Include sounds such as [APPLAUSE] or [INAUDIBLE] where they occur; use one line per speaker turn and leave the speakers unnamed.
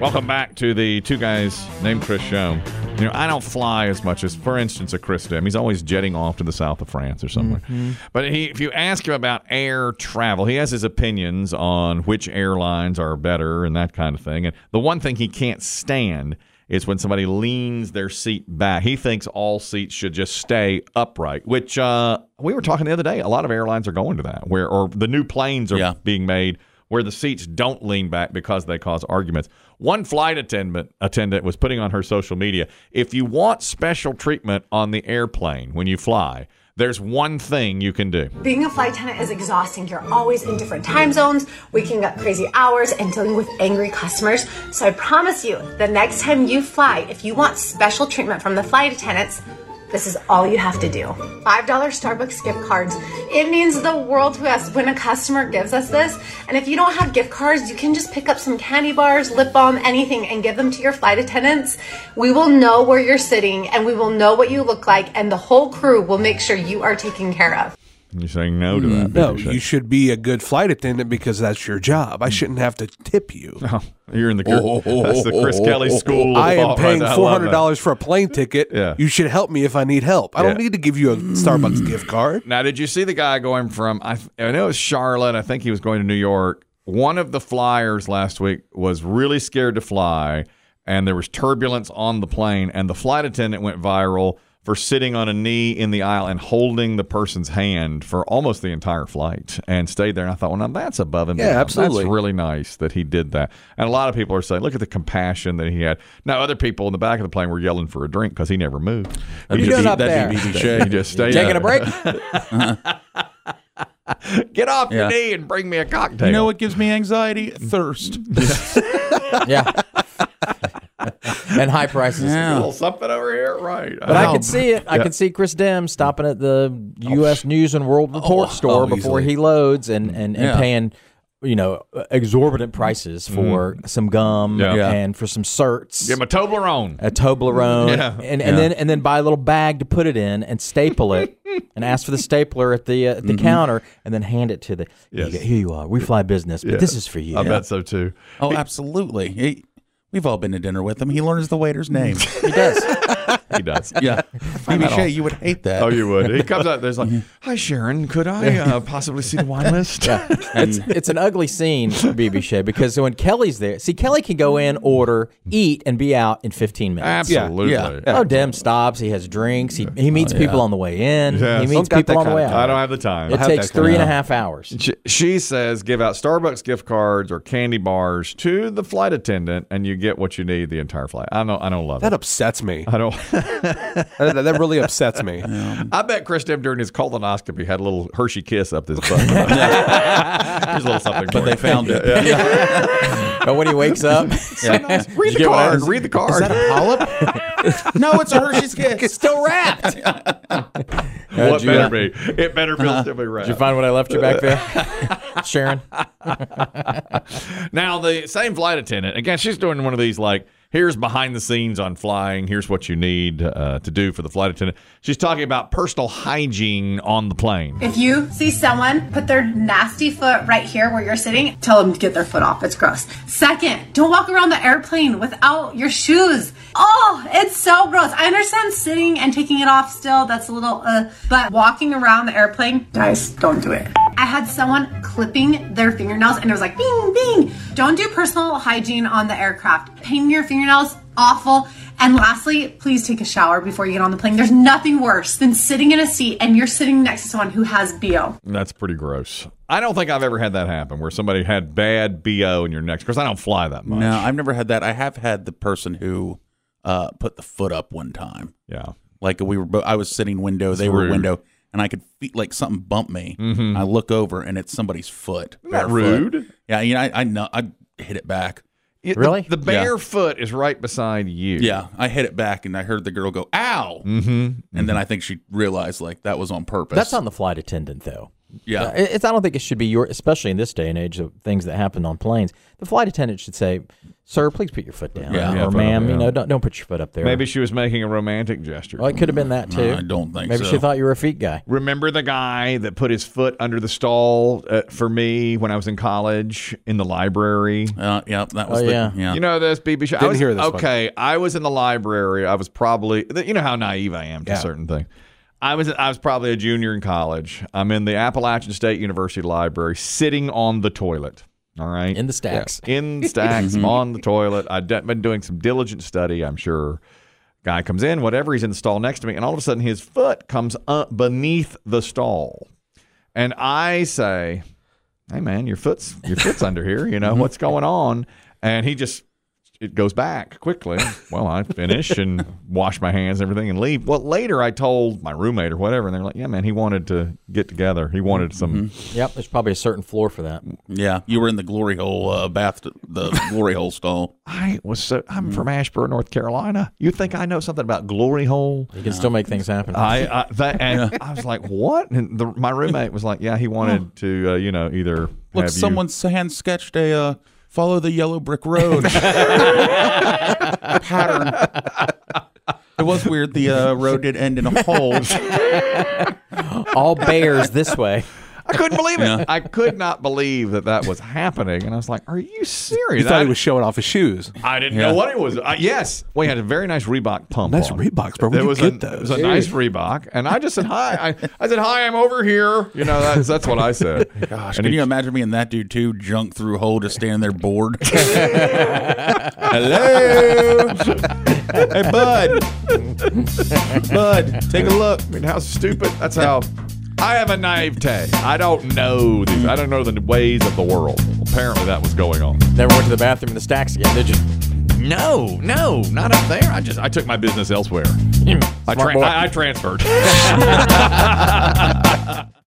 Welcome back to the Two Guys Named Chris show. You know, I don't fly as much as, for instance, a Chris Dem. He's always jetting off to the south of France or somewhere. But he, if you ask him about air travel, he has his opinions on which airlines are better and that kind of thing. And the one thing he can't stand is when somebody leans their seat back. He thinks all seats should just stay upright, which uh, we were talking the other day. A lot of airlines are going to that, where or the new planes are
Yeah.
being made where the seats don't lean back because they cause arguments. One flight attendant attendant was putting on her social media, if you want special treatment on the airplane when you fly, there's one thing you can do.
Being a flight attendant is exhausting. You're always in different time zones, waking up crazy hours, and dealing with angry customers. So I promise you, the next time you fly, if you want special treatment from the flight attendants, this is all you have to do. $5 Starbucks gift cards. It means the world to us when a customer gives us this. And if you don't have gift cards, you can just pick up some candy bars, lip balm, anything, and give them to your flight attendants. We will know where you're sitting and we will know what you look like, and the whole crew will make sure you are taken care of.
You're saying no to that.
Mm, No,
baby
you should be a good flight attendant because that's your job.
Hmm.
I shouldn't have to
[LAUGHS]
tip you.
shit. You're in the that's the Chris
[LAUGHS]
Kelly school. of
I am
thought Oh, right
paying
there. I
four
love
hundred
that.
dollars for a plane ticket.
Yeah.
You should help me if I need help. I don't
Yeah.
need to give you
[CLEARS THROAT]
a Starbucks gift card.
Now, did you see the guy going from? I, I know it was Charlotte. I think he was going to New York. One of the flyers last week was really scared to fly, and there was turbulence on the plane, and the flight attendant went viral for sitting on a knee in the aisle and holding the person's hand for almost the entire flight and stayed there. And I thought, well, now that's above and
Yeah,
beyond.
absolutely.
That's really nice that he did that. And a lot of people are saying, look at the compassion that he had. Now, other people in the back of the plane were yelling for a drink because he never moved. He
That'd
you
just-
doing up
that'd
there?
be BB
he just stayed
Taking
there.
a break?
Get off your
Yeah.
knee and bring me a cocktail.
You know what gives me anxiety? Thirst.
yeah. [LAUGHS] and high prices.
A little something over here, right?
But I
can
can see it. I can see Chris Dem stopping at the
Oh,
U.S. News and World Report store
oh,
before
easily.
he loads and and, and
Yeah.
paying, you know, exorbitant prices for some gum
Mm-hmm. Yeah. Yeah.
and for some certs.
give him a Toblerone.
a Toblerone,
Yeah.
and, and then and then buy a little bag to put it in and
[LAUGHS]
staple it, and ask for the stapler at the uh, at the counter, and then hand it to the.
Mm-hmm. Yes.
"Here you- Here you are. We fly business, but this is for you.
I bet so too.
Oh, absolutely. He, we've all been to dinner with him. He learns the waiter's [LAUGHS] name.
He does.
He does.
yeah. BB Shay, you would hate that.
Oh, you would. He comes out. There's like, "Hi, Sharon. Could I uh, possibly see the wine list?"
it's it's an ugly scene, BB Shea, because when Kelly's there, see Kelly can go in, order, eat, and be out in fifteen minutes.
Absolutely.
Yeah.
Oh, Dem stops. He has drinks. He, he meets people on the way in.
Yes.
He meets
Don't get
people
that
on the
kind
way
of
out.
time.
I don't have the time.
it takes three and a half hours.
She, she says, "Give out Starbucks gift cards or candy bars to the flight attendant, and you get what you need the entire flight." I don't. I don't love
That
it.
upsets me.
I don't. [LAUGHS]
that, that really upsets me.
I bet Chris Dem during his colonoscopy had a little Hershey kiss up this butt. There's [LAUGHS] a little something.
But they found it.
[LAUGHS] But when he wakes up,
Read the
get what I
card.
was-
Read the card. [LAUGHS]
Polyp? no, it's a
[LAUGHS]
Hershey's Kiss.
it's still wrapped.
Well, it
did you- uh,
better be. It better
[LAUGHS]
be simply right.
Did you find what I left you back there, [LAUGHS] Sharon?
Now the same flight attendant again. She's doing one of these like here's behind the scenes on flying. Here's what you need uh, to do for the flight attendant. She's talking about personal hygiene on the plane.
[LAUGHS]
If you see someone put their nasty foot right here where you're sitting, tell them to get their foot off. It's gross. Second, don't walk around the airplane without your shoes. Oh, it's so gross. I understand sitting and taking it off still. That's a little, uh, but walking around the airplane, guys, don't do it. I had someone clipping their fingernails and it was like bing, bing. Don't do personal hygiene on the aircraft. Painting your fingernails, awful. And lastly, please take a shower before you get on the plane. There's nothing worse than sitting in a seat and you're sitting next to someone who has BO.
That's pretty gross. I don't think I've ever had that happen where somebody had bad bo in your next. Because I don't fly that much.
No, I've never had that. I have had the person who uh, put the foot up one time.
Yeah.
Like we were, bo- I was sitting window, they were
rude.
window, and I could feel like something bump me. I look over and it's somebody's foot.
that
bare foot.
rude?
Yeah, you know, I, I know, I hit it back.
It-
Really?
The, the
Yeah.
bare foot is right beside you.
Yeah, I hit it back, and I heard the girl Mm-hmm. go, "Ow!" Mm-hmm. And then I think she realized like that was on purpose.
That's on the flight attendant, though.
Yeah.
Uh, it- it's, I don't think it should be your, especially in this day and age of things that happen on planes. The flight attendant should say, "Sir, please put your foot down,"
Yeah.
or
Yeah,
put
"Ma'am,
up,
you
yeah.
know, don't don't put your foot up there."
Maybe she was making a romantic gesture.
well, it could have been that too.
I don't think
Maybe
so.
she thought you were a feet guy.
Remember the guy that put his foot under the stall uh, for me when I was in college in the library?
Uh, yeah, that was
Oh,
the,
yeah.
yeah.
You know this BB show. I
Didn't
was,
hear this one.
Okay, I was in the library. I was probably th- you know how naive I am to certain things. I was I was probably a junior in college. I'm in the Appalachian State University Library, sitting on the toilet. All right,
In the stacks. [LAUGHS] Mhm.
in stacks. I'm on the toilet. I've done- been doing some diligent study. I'm sure. Guy comes in, whatever he's in the stall next to me, and all of a sudden his foot comes up beneath the stall, and I say, hey man your foot's your foot's under here you
Mm-hmm.
know what's going on and he just it goes back quickly well i finish and wash my hands and everything and leave well later i told my roommate or whatever and they're like yeah man he wanted to get together he wanted
Mm-hmm.
some
Yep, there's probably a certain floor for that.
Yeah, you were in the glory hole uh, bath, [LAUGHS] the glory hole stall.
i was so i'm from asheboro north carolina you think i know something about glory hole
You can still make things happen.
Uh,
I I, that, and [LAUGHS] I was like, what? And the, my roommate was like, yeah, he wanted to, uh, you know, either
Look,
have
someone hand sketched a uh, follow the yellow brick [LAUGHS] road pattern. It was weird. The uh, road did end in a [LAUGHS] hole.
All bears this
You,
way.
I couldn't believe it. I could not believe that that was happening. And I was like, are you serious?
You thought
I-
he was showing off his shoes.
I didn't know what it was. Uh, yes, we had a very nice Reebok pump.
Nice
on.
Reeboks, bro. Where'd
There
you
was
get
a,
those?
It was a nice Reebok, and I just said hi. I, I said hi. I'm over here. You know, that's that's what I said. Gosh,
Can you imagine me and that dude too, junk through hole, just standing there [LAUGHS] bored? Hello, hey bud, bud, take a look.
I mean, how stupid? That's how. I have a naivete. I don't know these. I don't know the ways of the world. Apparently, that was going on.
Never went to the bathroom in the stacks again, did you?
No, no, not up there. I just I took
[CLEARS THROAT]
my business elsewhere. I,
Smart
tra-
boy.
I, I transferred.